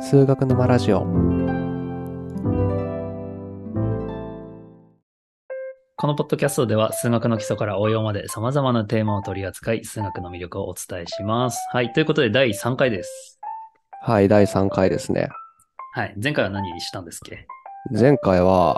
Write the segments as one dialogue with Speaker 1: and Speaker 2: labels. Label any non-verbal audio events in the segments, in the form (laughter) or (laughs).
Speaker 1: 数学沼ラジオ
Speaker 2: このポッドキャストでは数学の基礎から応用まで様々なテーマを取り扱い、数学の魅力をお伝えします。はい。ということで、第3回です。
Speaker 1: はい第3回ですね
Speaker 2: はい。前回は何したんですっけ
Speaker 1: 前回は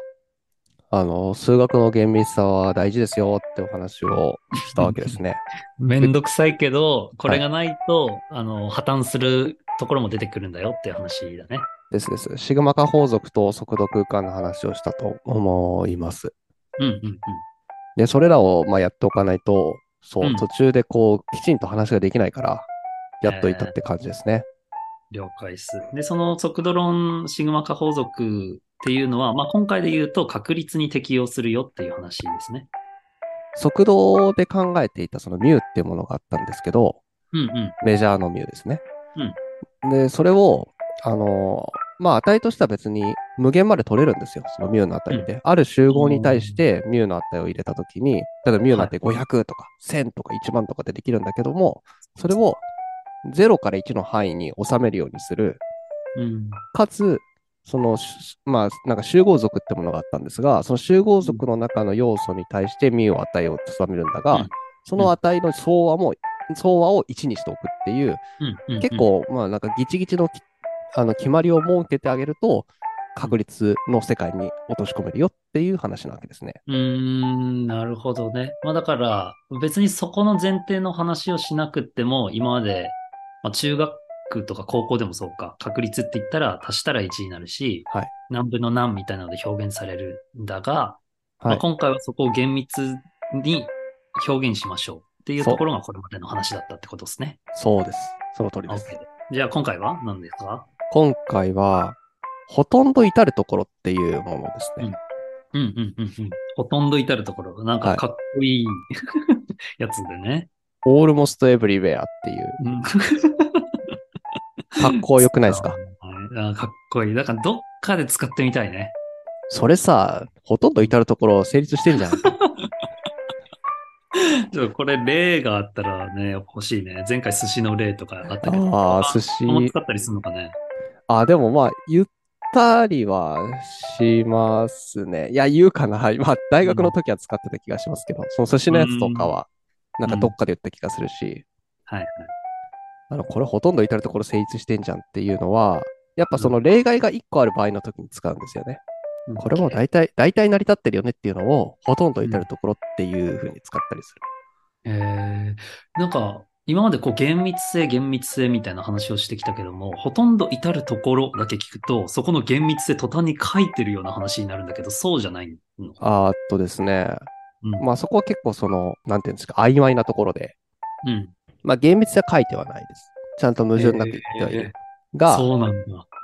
Speaker 1: あの数学の厳密さは大事ですよってお話をしたわけです
Speaker 2: (laughs)
Speaker 1: ね
Speaker 2: めんどくさいけど、これがないと、あの、破綻するところも出てくるんだよっていう話だね。
Speaker 1: ですですシグマ化法則と速度空間の話をしたと思います
Speaker 2: うんうんうん。
Speaker 1: でそれらをまあやっておかないとそう、
Speaker 2: うん
Speaker 1: 途中でこうきちんと話ができないからやっといたって感じですね、
Speaker 2: 了解です。で、その速度論シグマ化法則っていうのは、まあ、今回で言うと確率に適用するよっていう話ですね。
Speaker 1: 速度で考えていたそのミュっていうものがあったんですけど、
Speaker 2: うんうん。
Speaker 1: メジャーのミューですね。で、それを、あのーまあ、値としては別に無限まで取れるんですよ。そのミューの値で。ある集合に対してミューの値を入れたときに、例えばミューの値500とか1000とか1万とかでできるんだけども、それを0から1の範囲に収めるようにする。
Speaker 2: うん。
Speaker 1: かつ、その、しまあ、なんか集合族ってものがあったんですが、その集合族の中の要素に対してミューを値を収めるんだが、
Speaker 2: うん
Speaker 1: その値の総和も、総和を1にしておくっていう、
Speaker 2: うんうん、うん。
Speaker 1: 結構、まあなんかギチギチのきあの決まりを設けてあげると、確率の世界に落とし込めるよっていう話なわけですね。
Speaker 2: うーん、なるほどね。まあだから、別にそこの前提の話をしなくっても、今まで、まあ、中学とか高校でもそうか、確率って言ったら足したら1になるし、
Speaker 1: はい
Speaker 2: 何分の何みたいなので表現されるんだが、ま
Speaker 1: は
Speaker 2: あ
Speaker 1: い。
Speaker 2: 今回はそこを厳密に表現しましょうっていう
Speaker 1: そう
Speaker 2: ところがこれまでの話だったってことですね。
Speaker 1: そうです。その通り
Speaker 2: オ
Speaker 1: で
Speaker 2: ッ
Speaker 1: す
Speaker 2: ケ。ーじゃあ今回は何ですか
Speaker 1: 今回は、ほとんど至るところっていうものですね。
Speaker 2: うんうんうんうん。ほとんど至るところ、なん
Speaker 1: は
Speaker 2: か
Speaker 1: い
Speaker 2: かっこいい (laughs) やつでね。
Speaker 1: almost everywhere っていう、
Speaker 2: うん
Speaker 1: 格好良くないです
Speaker 2: (laughs)
Speaker 1: か
Speaker 2: あかっこいい。だから、どっかで使ってみたいね。 (laughs)
Speaker 1: それさ、ほとんど至るところ成立してんじ
Speaker 2: (laughs)
Speaker 1: ゃん。
Speaker 2: ちょっとこれ、例があったらね、欲しいね。前回、寿司の例とかあったけど。
Speaker 1: ああ、寿
Speaker 2: 司。
Speaker 1: 司
Speaker 2: こ。のまま使ったりするのかね。
Speaker 1: あ、でもまあ、言ったりはしますね。いや、言うかな。 (laughs) まあ、大学の時は使ってた気がしますけど、その寿司のやつとかは、なんかどっかで言った気がするし、
Speaker 2: はいはい。
Speaker 1: あの、これほとんど至るところ成立してんじゃんっていうのは、やっぱその例外が1個ある場合の時に使うんですよね。これも大体、大体成り立ってるよねっていうのを、ほとんど至るところっていう風に使ったりする。
Speaker 2: えー、なんか、今までこう、厳密性、厳密性みたいな話をしてきたけども、ほとんど至るところだけ聞くと、そこの厳密性途端に書いてるような話になるんだけど、そうじゃないの。
Speaker 1: あーっとですね。
Speaker 2: うん。
Speaker 1: まあそこは結構その、なんていうんですか、曖昧なところで、
Speaker 2: うん、
Speaker 1: まあ厳密には書いてはないです。ちゃんと矛盾なく言ってはいる。
Speaker 2: えー
Speaker 1: が、
Speaker 2: そうなんだ。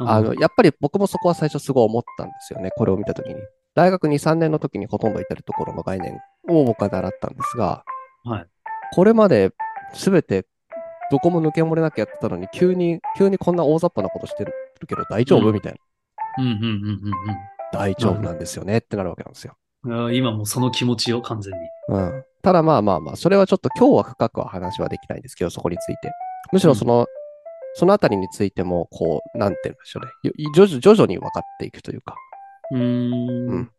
Speaker 2: うん
Speaker 1: あの、やっぱり僕もそこは最初すごい思ったんですよね。これを見たときに。大学2、3年の時にほとんど至るところの概念を僕は習ったんですが、
Speaker 2: はい
Speaker 1: これまで全てどこも抜け漏れなくやってたのに、急に、急にこんな大雑把なことしてるけど大丈夫、
Speaker 2: うん
Speaker 1: みたいな。
Speaker 2: うんうんうんうんうん。
Speaker 1: 大丈夫なんですよねってなるわけなんですよ。
Speaker 2: あー今もうその気持ちよ、完全に。
Speaker 1: うん。ただまあまあまあ、それはちょっと今日は深くは話はできないんですけど、そこについて。むしろその、そのあたりについても、こう、なんて言うんでしょうね。よ徐々徐々に分かっていくというか。
Speaker 2: うー
Speaker 1: うんん。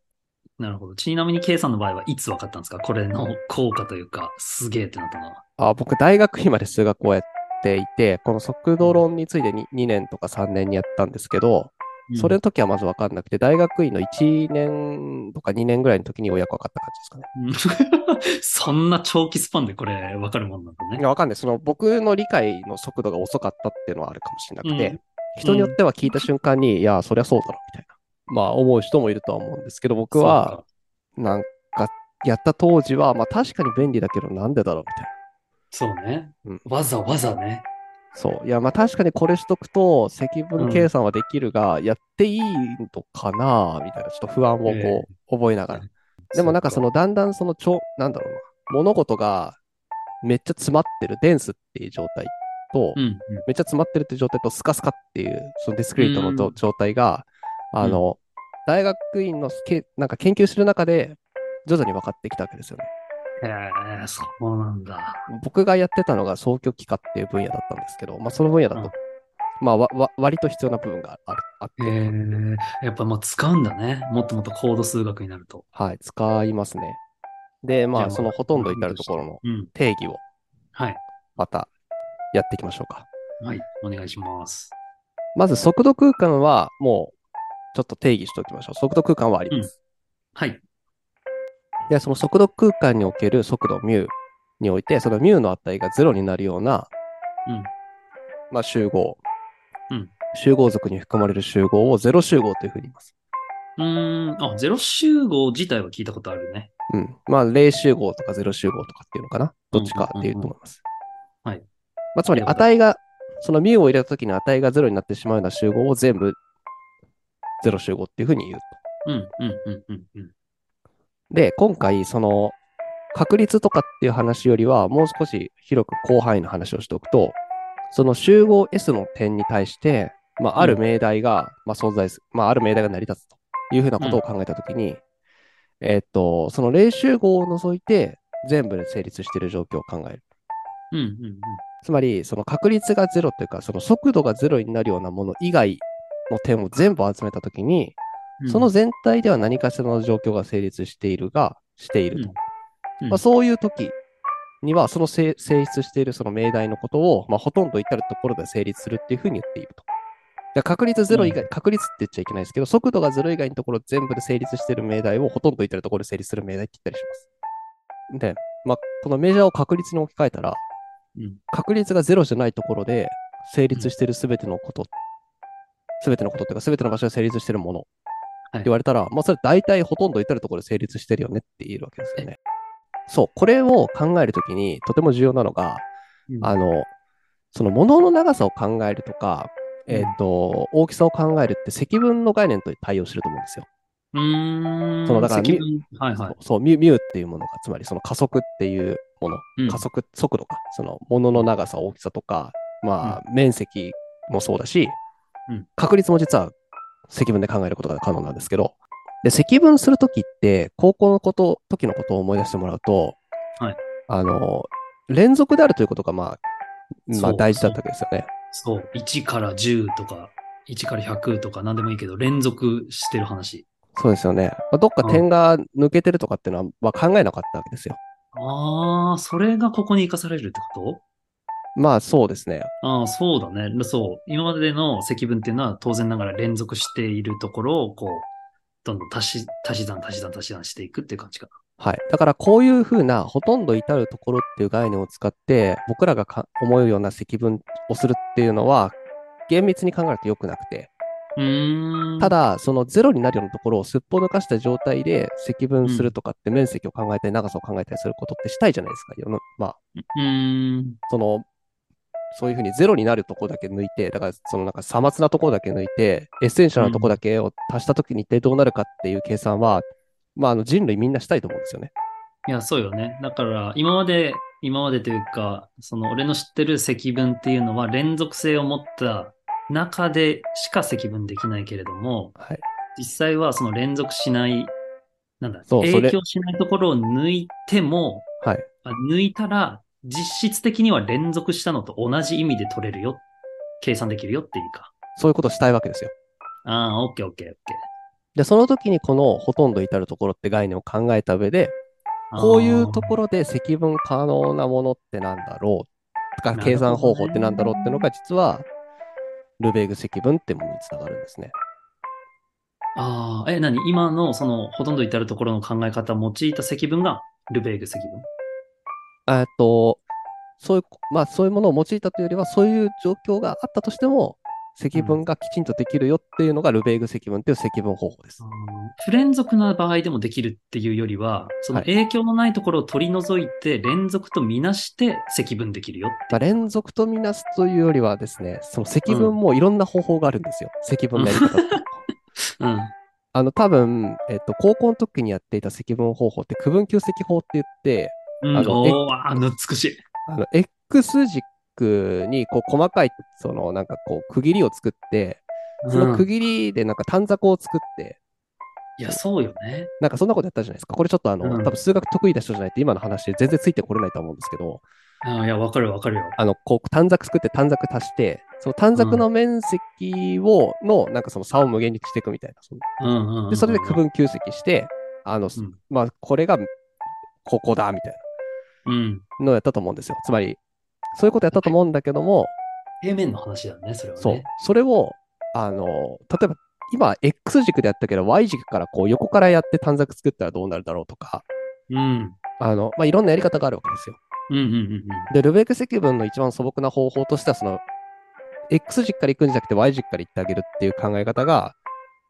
Speaker 2: なるほど。ちなみに K さんの場合はいつ分かったんですかこれの効果というか、すげえってなったのは。
Speaker 1: あ僕、大学院まで数学をやっていて、この速度論について 2, 2年とか3年にやったんですけど、それの時はまず分かんなくて、大学院の1年とか2年ぐらいの時にようやく分かった感じですかね。
Speaker 2: うん (laughs) そんな長期スパンでこれ分かるもんなんだ
Speaker 1: い
Speaker 2: ね。
Speaker 1: や、分かんない。その僕の理解の速度が遅かったっていうのはあるかもしれなくて、
Speaker 2: うん
Speaker 1: 人によっては聞いた瞬間に、いや、そりゃそうだろ、みたいな。まあ、思う人もいるとは思うんですけど、僕は、なんか、やった当時は、まあ確かに便利だけど、なんでだろう、みたいな。
Speaker 2: そうか。そうね
Speaker 1: うん。
Speaker 2: わざわざね。
Speaker 1: そう。いや、まあ確かにこれしとくと積分計算はできるが、やっていいのかなみたいな、ちょっと不安をこう、
Speaker 2: え
Speaker 1: 覚え
Speaker 2: (laughs)
Speaker 1: ながら。でもなんかその、だんだんその、ちょ、なんだろうな、物事がめっちゃ詰まってる、デンスっていう状態と、
Speaker 2: うん、うん。
Speaker 1: めっちゃ詰まってるっていう状態と、スカスカっていう、そのディスクリートのと
Speaker 2: うん
Speaker 1: 状態が、あの、大学院のけ、なんか研究する中で、徐々に分かってきたわけですよね。
Speaker 2: えー、そうなんだ。
Speaker 1: 僕がやってたのが双極幾何っていう分野だったんですけど、まあ、その分野だ
Speaker 2: うん
Speaker 1: とまあ、わわ割と必要な部分があるあって、
Speaker 2: えー、やっぱまあ使うんだね。もっともっと高度数学になると。
Speaker 1: はい、使いますね。で、
Speaker 2: じゃ
Speaker 1: ま
Speaker 2: あ
Speaker 1: あ、そのほとんど至るところの
Speaker 2: うん。
Speaker 1: 定義を
Speaker 2: はい。
Speaker 1: またやっていきましょうか。
Speaker 2: はい。お願いします。
Speaker 1: まず、速度空間はもうちょっと定義しておきましょう。速度空間はあります。
Speaker 2: はい。
Speaker 1: で、その速度空間における速度ミュにおいて、そのミュの値が0になるような、
Speaker 2: うん
Speaker 1: まあ、集合、
Speaker 2: うん
Speaker 1: 集合族に含まれる集合を0集合というふうに言います。
Speaker 2: うーん。あ、ゼロ集合自体は聞いたことあるね。
Speaker 1: うん。まあ、0集合とか0集合とかっていうのかな。どっちかっていうと思います。
Speaker 2: うんうんうんうんはい。
Speaker 1: まあ、つまり、値が、そのミュを入れたときに値が0になってしまうような集合を全部0集合っていうふうに言うと。
Speaker 2: うん、うん、うん、うん、うん。
Speaker 1: で、今回、その、確率とかっていう話よりは、もう少し広く広範囲の話をしておくと、その集合 S の点に対して、まあ、ある命題が、まあ、存在する、まあ、ある命題が成り立つというふうなことを考えたときに、えっと、その0集合を除いて、全部で成立している状況を考える。
Speaker 2: うん、うん、うん。
Speaker 1: つまり、その確率が0というか、その速度が0になるようなもの以外の点を全部集めたときに、
Speaker 2: うん
Speaker 1: その、全体では何かしらの状況が成立しているが、していると。
Speaker 2: うんうん
Speaker 1: まあ、そういう時には、そのせ性質しているその命題のことを、まあ、ほとんど至るところで成立するっていうふうに言っていると。だから確率0以外、確率って言っちゃいけないですけど、速度が0以外のところ全部で成立している命題をほとんど至るところで成立する命題って言ったりします。で、まあ、このメジャーを確率に置き換えたら、
Speaker 2: うん、
Speaker 1: 確率が0じゃないところで成立しているすべてのこと、すべてのことっていうか、すべての場所で成立しているもの
Speaker 2: い
Speaker 1: って言われたら、まあそれ大体ほとんど至るところで成立してるよねって言えるわけですよね。そう、これを考えるときにとても重要なのが、
Speaker 2: うん
Speaker 1: あの、その物の長さを考えるとか、
Speaker 2: うん
Speaker 1: えっ、と、大きさを考えるって積分の概念と対応してると思うんですよ。
Speaker 2: うーん。
Speaker 1: そのだから
Speaker 2: 積分はいはい。
Speaker 1: そう、ミュミュっていうものが、つまりその加速っていうもの、
Speaker 2: うん
Speaker 1: 加速、速度か、そのものの長さ、大きさとか、まあ、面積もそうだし、
Speaker 2: うん
Speaker 1: 確率も実は積分で考えることが可能なんですけど、で、積分するときって、高校のこと、時のことを思い出してもらうと、
Speaker 2: はい
Speaker 1: あの、連続であるということが、まあ、ま
Speaker 2: そ
Speaker 1: あ
Speaker 2: う
Speaker 1: 大事だったわけですよね。
Speaker 2: そう。1から10とか、1から100とか何でもいいけど、連続してる話。
Speaker 1: そうですよね。まあ、どっか点が抜けてるとかっていうのは、まあ、考えなかったわけですよ。
Speaker 2: ああ、それがここに生かされるってこと
Speaker 1: まあ、そうですね。
Speaker 2: ああ、そうだね。そう。今までの積分っていうのは当然ながら連続しているところを、こう、どんどん足し、足し算、足し算、足し算していくっていう感じか
Speaker 1: はい。だからこういうふうな、ほとんど至るところっていう概念を使って、僕らがか思うような積分をするっていうのは、厳密に考えると良くなくて、
Speaker 2: な。うーん。
Speaker 1: た、だ、そのゼロになるようなところをすっぽ抜かした状態で積分するとかって面積を考えたり、長さを考えたりすることってしたいじゃないですか。世のまあ、
Speaker 2: うーん。
Speaker 1: その、そういうふうにゼロになるところだけ抜いて、だからそのなんかさまつなところだけ抜いて、エッセンシャルなところだけを足したときに一体どうなるかっていう計算は、まあ、あの人類みんなしたいと思うんですよね。
Speaker 2: いや、そうよね。だから、今まで、今までというか、その、俺の知ってる積分っていうのは、連続性を持った中でしか積分できないけれども、
Speaker 1: はい。
Speaker 2: 実際はその連続しない、なんだ、
Speaker 1: そうそれ
Speaker 2: 影響しないところを抜いても、
Speaker 1: はい。
Speaker 2: あ抜いたら、実質的には連続したのと同じ意味で取れるよ。計算できるよっていうか。
Speaker 1: そういうことをしたいわけですよ。
Speaker 2: ああ、オッケーオッケーオッケ
Speaker 1: で、その時にこのほとんど至るところって概念を考えた上で、
Speaker 2: ー。
Speaker 1: こういうところで積分可能なものってなんだろうとか、
Speaker 2: なるほどね
Speaker 1: 計算方法ってなんだろうってのが実は、ルベーグ積分ってものにつながるんですね。
Speaker 2: ああ、え、何今のその、ほとんど至るところの考え方を用いた積分が、ルベーグ積分。
Speaker 1: えっと、そういう、まあそういうものを用いたというよりは、そういう状況があったとしても、積分がきちんとできるよっていうのがルベーグ積分っていう積分方法です
Speaker 2: あ。の不連続な場合でもできるっていうよりは、その
Speaker 1: はい
Speaker 2: 影響のないところを取り除いて、連続とみなして積分できるよって
Speaker 1: まあ、連続とみなすというよりはですね、その積分もいろんな方法があるんですよ。積分のやり方って。
Speaker 2: うん。
Speaker 1: あの、多分、えっと、高校の時にやっていた積分方法って区分級積法って言って、
Speaker 2: うん、
Speaker 1: あの
Speaker 2: おー、あの、美しい。
Speaker 1: あの、X 軸に、こう、細かい、その、なんかこう、区切りを作って、その
Speaker 2: う
Speaker 1: 区
Speaker 2: ん
Speaker 1: 切りでなんか短冊を作って、
Speaker 2: いや、そうよね。
Speaker 1: なんかそんなことやったじゃないですか。これちょっとあの、
Speaker 2: うん
Speaker 1: 多分数学得意な人じゃないと今の話で全然ついてこれないと思うんですけど、
Speaker 2: あいや、わかるわかるよ。
Speaker 1: あの、こう、短冊作って短冊足して、その短冊の面積を、の、なんかその差を無限にしていくみたいな。その
Speaker 2: うんうんうんうん
Speaker 1: で、それで区分9積して、あの、
Speaker 2: うん
Speaker 1: まあ、これが、ここだ、みたい
Speaker 2: うん。
Speaker 1: なのをやったと思うんですよ。つまり、そういうことやったと思うんだけども、
Speaker 2: 平面の話だね、それはね。
Speaker 1: そう。それを、あの、例えば、今、X 軸でやったけど、Y 軸からこう横からやって短冊作ったらどうなるだろうとか、
Speaker 2: うん。
Speaker 1: あの、まあ、いろんなやり方があるわけですよ。
Speaker 2: うんうんうん
Speaker 1: で、ルベック積分の一番素朴な方法としては、その、X 軸から行くんじゃなくて Y 軸から行ってあげるっていう考え方が、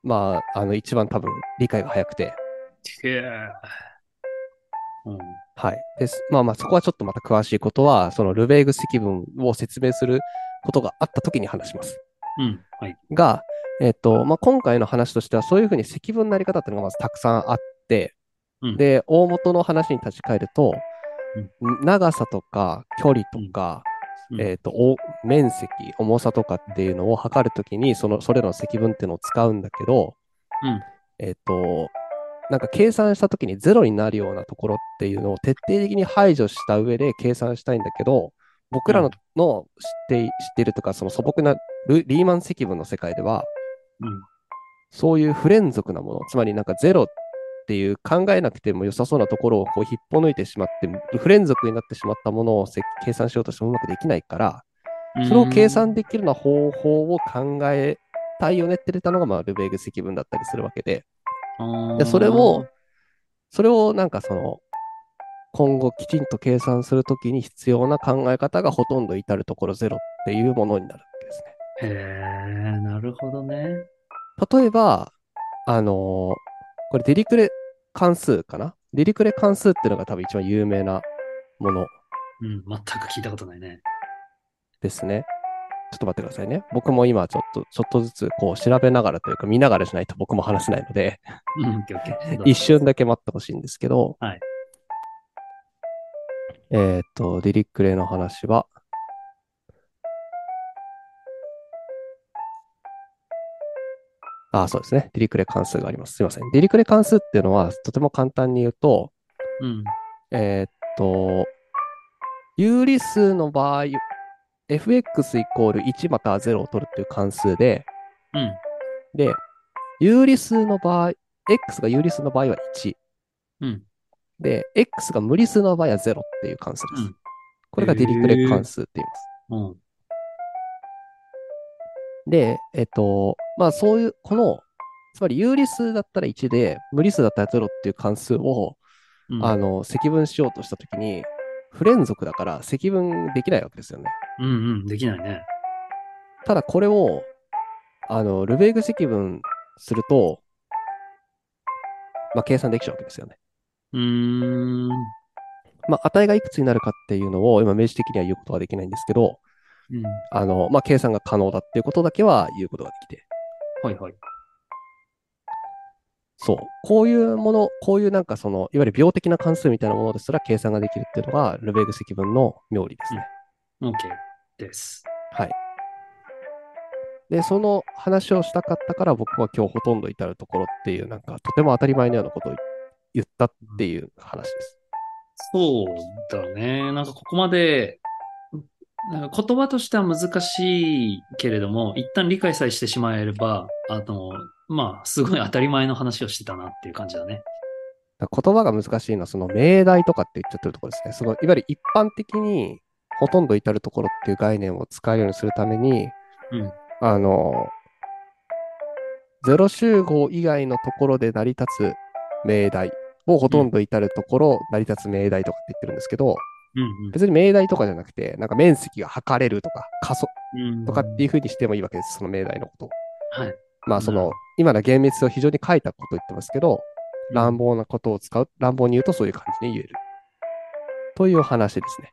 Speaker 1: まあ、あの、一番多分理解が早くて、
Speaker 2: うん。へえ。うん。
Speaker 1: はい。です。まあまあ、そこはちょっとまた詳しいことは、そのルベーグ積分を説明することがあった時に話します。
Speaker 2: うん。はい。
Speaker 1: が、えっと、まあ、今回の話としては、そういうふうに積分のあり方っていうのがまずたくさんあって、
Speaker 2: うん
Speaker 1: で、大元の話に立ち返ると、長さとか距離とか、
Speaker 2: うん
Speaker 1: えっと、お面積、重さとかっていうのを測るときに、その、それらの積分っていうのを使うんだけど、
Speaker 2: うん
Speaker 1: えっと、なんか計算したときにゼロになるようなところっていうのを徹底的に排除した上で計算したいんだけど、僕らの,、
Speaker 2: うん
Speaker 1: の知ってい知っているとか、その素朴なルリーマン積分の世界では、
Speaker 2: うん。
Speaker 1: そういう不連続なもの、つまりなんかゼロっていう考えなくても良さそうなところをこう引っこ抜いてしまって、不連続になってしまったものをせ計算しようとしてもうまくできないから、それを計算できるような方法を考えたいよねって出たのが、まあ、ルベーグ積分だったりするわけで、
Speaker 2: うん。
Speaker 1: でそれ
Speaker 2: を
Speaker 1: を、それをなんかその、今後きちんと計算するときに必要な考え方がほとんど至るところゼロっていうものになるわけですね。
Speaker 2: へえ、なるほどね。
Speaker 1: 例えば、あのーこれデリクレ関数かなデリクレ関数っていうのが多分一番有名なもの
Speaker 2: うん。全く聞いたことないね。
Speaker 1: ですね。ちょっと待ってくださいね。僕も今ちょっと、ちょっとずつこう調べながらというか見ながらしないと僕も話せないので、
Speaker 2: うん。オッケーオッケ
Speaker 1: (laughs)
Speaker 2: ー。どうぞ
Speaker 1: 一。瞬だけ待ってほしいんですけど、
Speaker 2: はい
Speaker 1: えーっと、デリクレの話は、あ、そうですね。デリクレ関数があります。すいません。デリクレ関数っていうのは、とても簡単に言うと、
Speaker 2: うん。
Speaker 1: えーっと、有理数の場合、fx イコール1または0を取るっていう関数で、
Speaker 2: うん。
Speaker 1: で、有理数の場合、x が有理数の場合は1。
Speaker 2: うん。
Speaker 1: で、x が無理数の場合は0っていう関数です。
Speaker 2: うん
Speaker 1: これがディリクレ関数って言います。
Speaker 2: うん。
Speaker 1: で、えっと、まあそういう、この、つまり有理数だったら1で、無理数だったら0っていう関数を、
Speaker 2: うん
Speaker 1: あの、積分しようとしたときに、不連続だから積分できないわけですよね。
Speaker 2: うんうん。できないね。
Speaker 1: ただこれを、あの、ルベーグ積分すると、まあ計算できちゃうわけですよね。
Speaker 2: うーん。
Speaker 1: まあ、値がいくつになるかっていうのを今明示的には言うことはできないんですけど、
Speaker 2: うん。
Speaker 1: あの、まあ、計算が可能だっていうことだけは言うことができて。
Speaker 2: はいはい。
Speaker 1: そう。こういうもの、こういうなんかその、いわゆる病的な関数みたいなものですら計算ができるっていうのが、ルベーグ積分の妙理ですね。
Speaker 2: オッケーです。
Speaker 1: はい。で、その話をしたかったから僕は今日ほとんど至るところっていう、なんかとても当たり前のようなことを言ったっていう話です。
Speaker 2: そうだね。なんかここまで、なんか言葉としては難しいけれども、一旦理解さえしてしまえれば、あの、まあ、すごい当たり前の話をしてたなっていう感じだね。
Speaker 1: だから言葉が難しいのは、その命題とかって言っちゃってるところですね。その、いわゆる一般的に、ほとんど至るところっていう概念を使えるようにするために、
Speaker 2: うん
Speaker 1: あの、ゼロ集合以外のところで成り立つ命題をほとんど至るところ、成り立つ命題とかって言ってるんですけど、
Speaker 2: うん
Speaker 1: 別に命題とかじゃなくて、なんか面積が測れるとか、仮想
Speaker 2: うん。うん
Speaker 1: とかっていうふうにしてもいいわけです、その命題のことを。
Speaker 2: はい。
Speaker 1: まあそ
Speaker 2: なる
Speaker 1: の
Speaker 2: ほ、
Speaker 1: 今の厳密を非常に書いたことを言ってますけど、乱暴なことを使う、乱暴に言うとそういう感じに言える。という話ですね。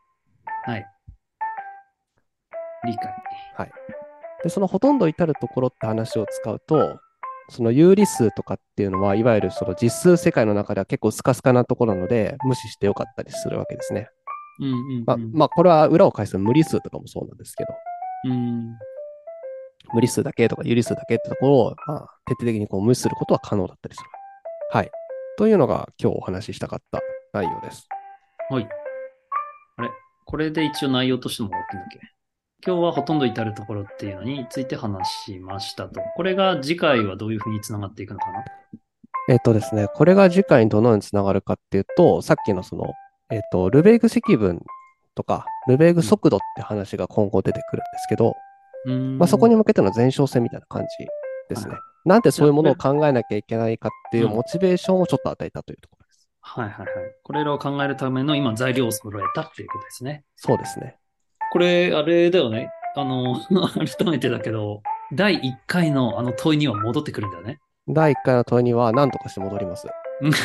Speaker 2: はい。理解。
Speaker 1: で、そのほとんど至るところって話を使うと、その有理数とかっていうのは、いわゆるその実数世界の中では結構スカスカなところなので、無視してよかったりするわけですね。
Speaker 2: うんうん、うん。
Speaker 1: まあ、まあ、これは裏を返すと無理数とかもそうなんですけど、
Speaker 2: うん。
Speaker 1: 無理数だけとか有理数だけってところを、まあ、徹底的にこう無視することは可能だったりする。はい。というのが今日お話ししたかった内容です。
Speaker 2: はい。あれこれで一応内容としても終わってんだっけ今日はほとんど至るところっていうのについて話しましたと。これが次回はどういうふうにつながっていくのかな
Speaker 1: えっとですね、これが次回にどのようにつながるかっていうと、さっきのその、えっと、ルベーグ積分とか、ルベーグ速度って話が今後出てくるんですけど、
Speaker 2: うーん
Speaker 1: まあ、そこに向けての前哨戦みたいな感じですね
Speaker 2: は。
Speaker 1: なんでそういうものを考えなきゃいけないかっていう
Speaker 2: うん
Speaker 1: モチベーションをちょっと与えたというところです。
Speaker 2: はいはいはい。これらを考えるための今材料を揃えたっていうことですね。
Speaker 1: そうですね。
Speaker 2: これ、あれだよね。あの、 (laughs) 改めてだけど、第1回のあの問いには戻ってくるんだよね。
Speaker 1: 第1回の問いには何とかして戻ります。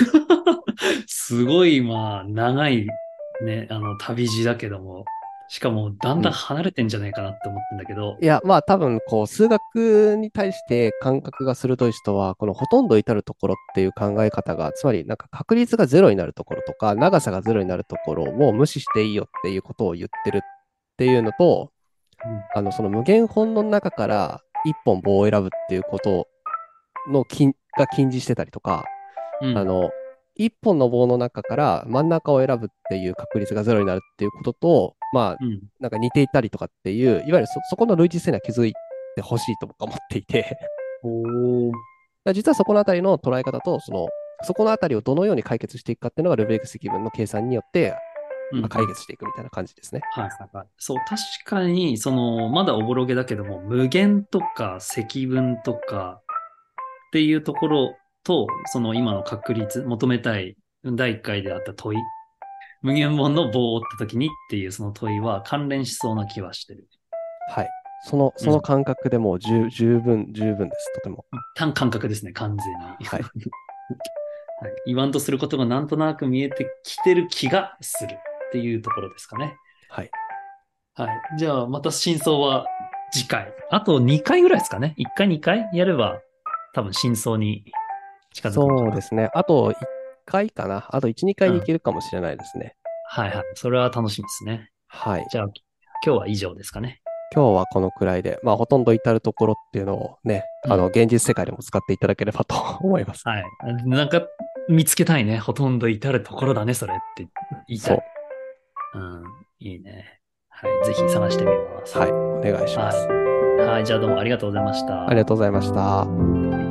Speaker 2: (laughs) すごい、まあ、長い、ね、あの、旅路だけども、しかも、だんだん離れてんじゃないかなって思ってんだけど、
Speaker 1: いや、まあ多分、こう、数学に対して感覚が鋭い人は、このほとんど至るところっていう考え方が、つまりなんか確率がゼロになるところとか、長さがゼロになるところを無視していいよっていうことを言ってるっていうのと、
Speaker 2: うん
Speaker 1: あの、その無限本の中から一本棒を選ぶっていうことの禁が禁じしてたりとか、
Speaker 2: うん
Speaker 1: あの、一本の棒の中から真ん中を選ぶっていう確率がゼロになるっていうことと、まあ、
Speaker 2: うん
Speaker 1: なんか似ていたりとかっていう、いわゆるそそこの類似性には気づいてほしいと僕は思っていて、だか
Speaker 2: おー
Speaker 1: ら実はそこのあたりの捉え方と、その、そこのあたりをどのように解決していくかっていうのがルベック積分の計算によって、
Speaker 2: うん
Speaker 1: まあ解決していくみたいな感じですね。
Speaker 2: はいはいはい。そう、確かに、その、まだおぼろげだけども、無限とか積分とかっていうところと、その今の確率、求めたい第1回であった問い、無限本の棒を折った時にっていうその問いは関連しそうな気はしてる。
Speaker 1: はい。その、その感覚でもう十十分、十分です。とても。
Speaker 2: 単感覚ですね、完全に。
Speaker 1: はい
Speaker 2: (laughs) はい言わんとすることがなんとなく見えてきてる気がするっていうところですかね。
Speaker 1: はい。
Speaker 2: はい。じゃあ、また真相は次回。あと2回ぐらいですかね。1回、2回やれば、多分真相に近づくのかな
Speaker 1: そうですね。あと1回かな。あと1、2回
Speaker 2: うん
Speaker 1: に行けるかもしれないですね。
Speaker 2: はいはい。それは楽しみですね。
Speaker 1: はい。
Speaker 2: じゃあ、今日は以上ですかね。
Speaker 1: 今日はこのくらいで、まあ、ほとんど至るところっていうのをね、あの、
Speaker 2: う
Speaker 1: 現実世界でも使っていただければと思います。
Speaker 2: はい。なんか、見つけたいね。ほとんど至るところだね、それって言いた
Speaker 1: そう
Speaker 2: い。。うん。いいね。はい。ぜひ探してみます。
Speaker 1: はい。お願いします。
Speaker 2: はい。はい。じゃあどうもありがとうございました。
Speaker 1: ありがとうございました。
Speaker 2: うございます。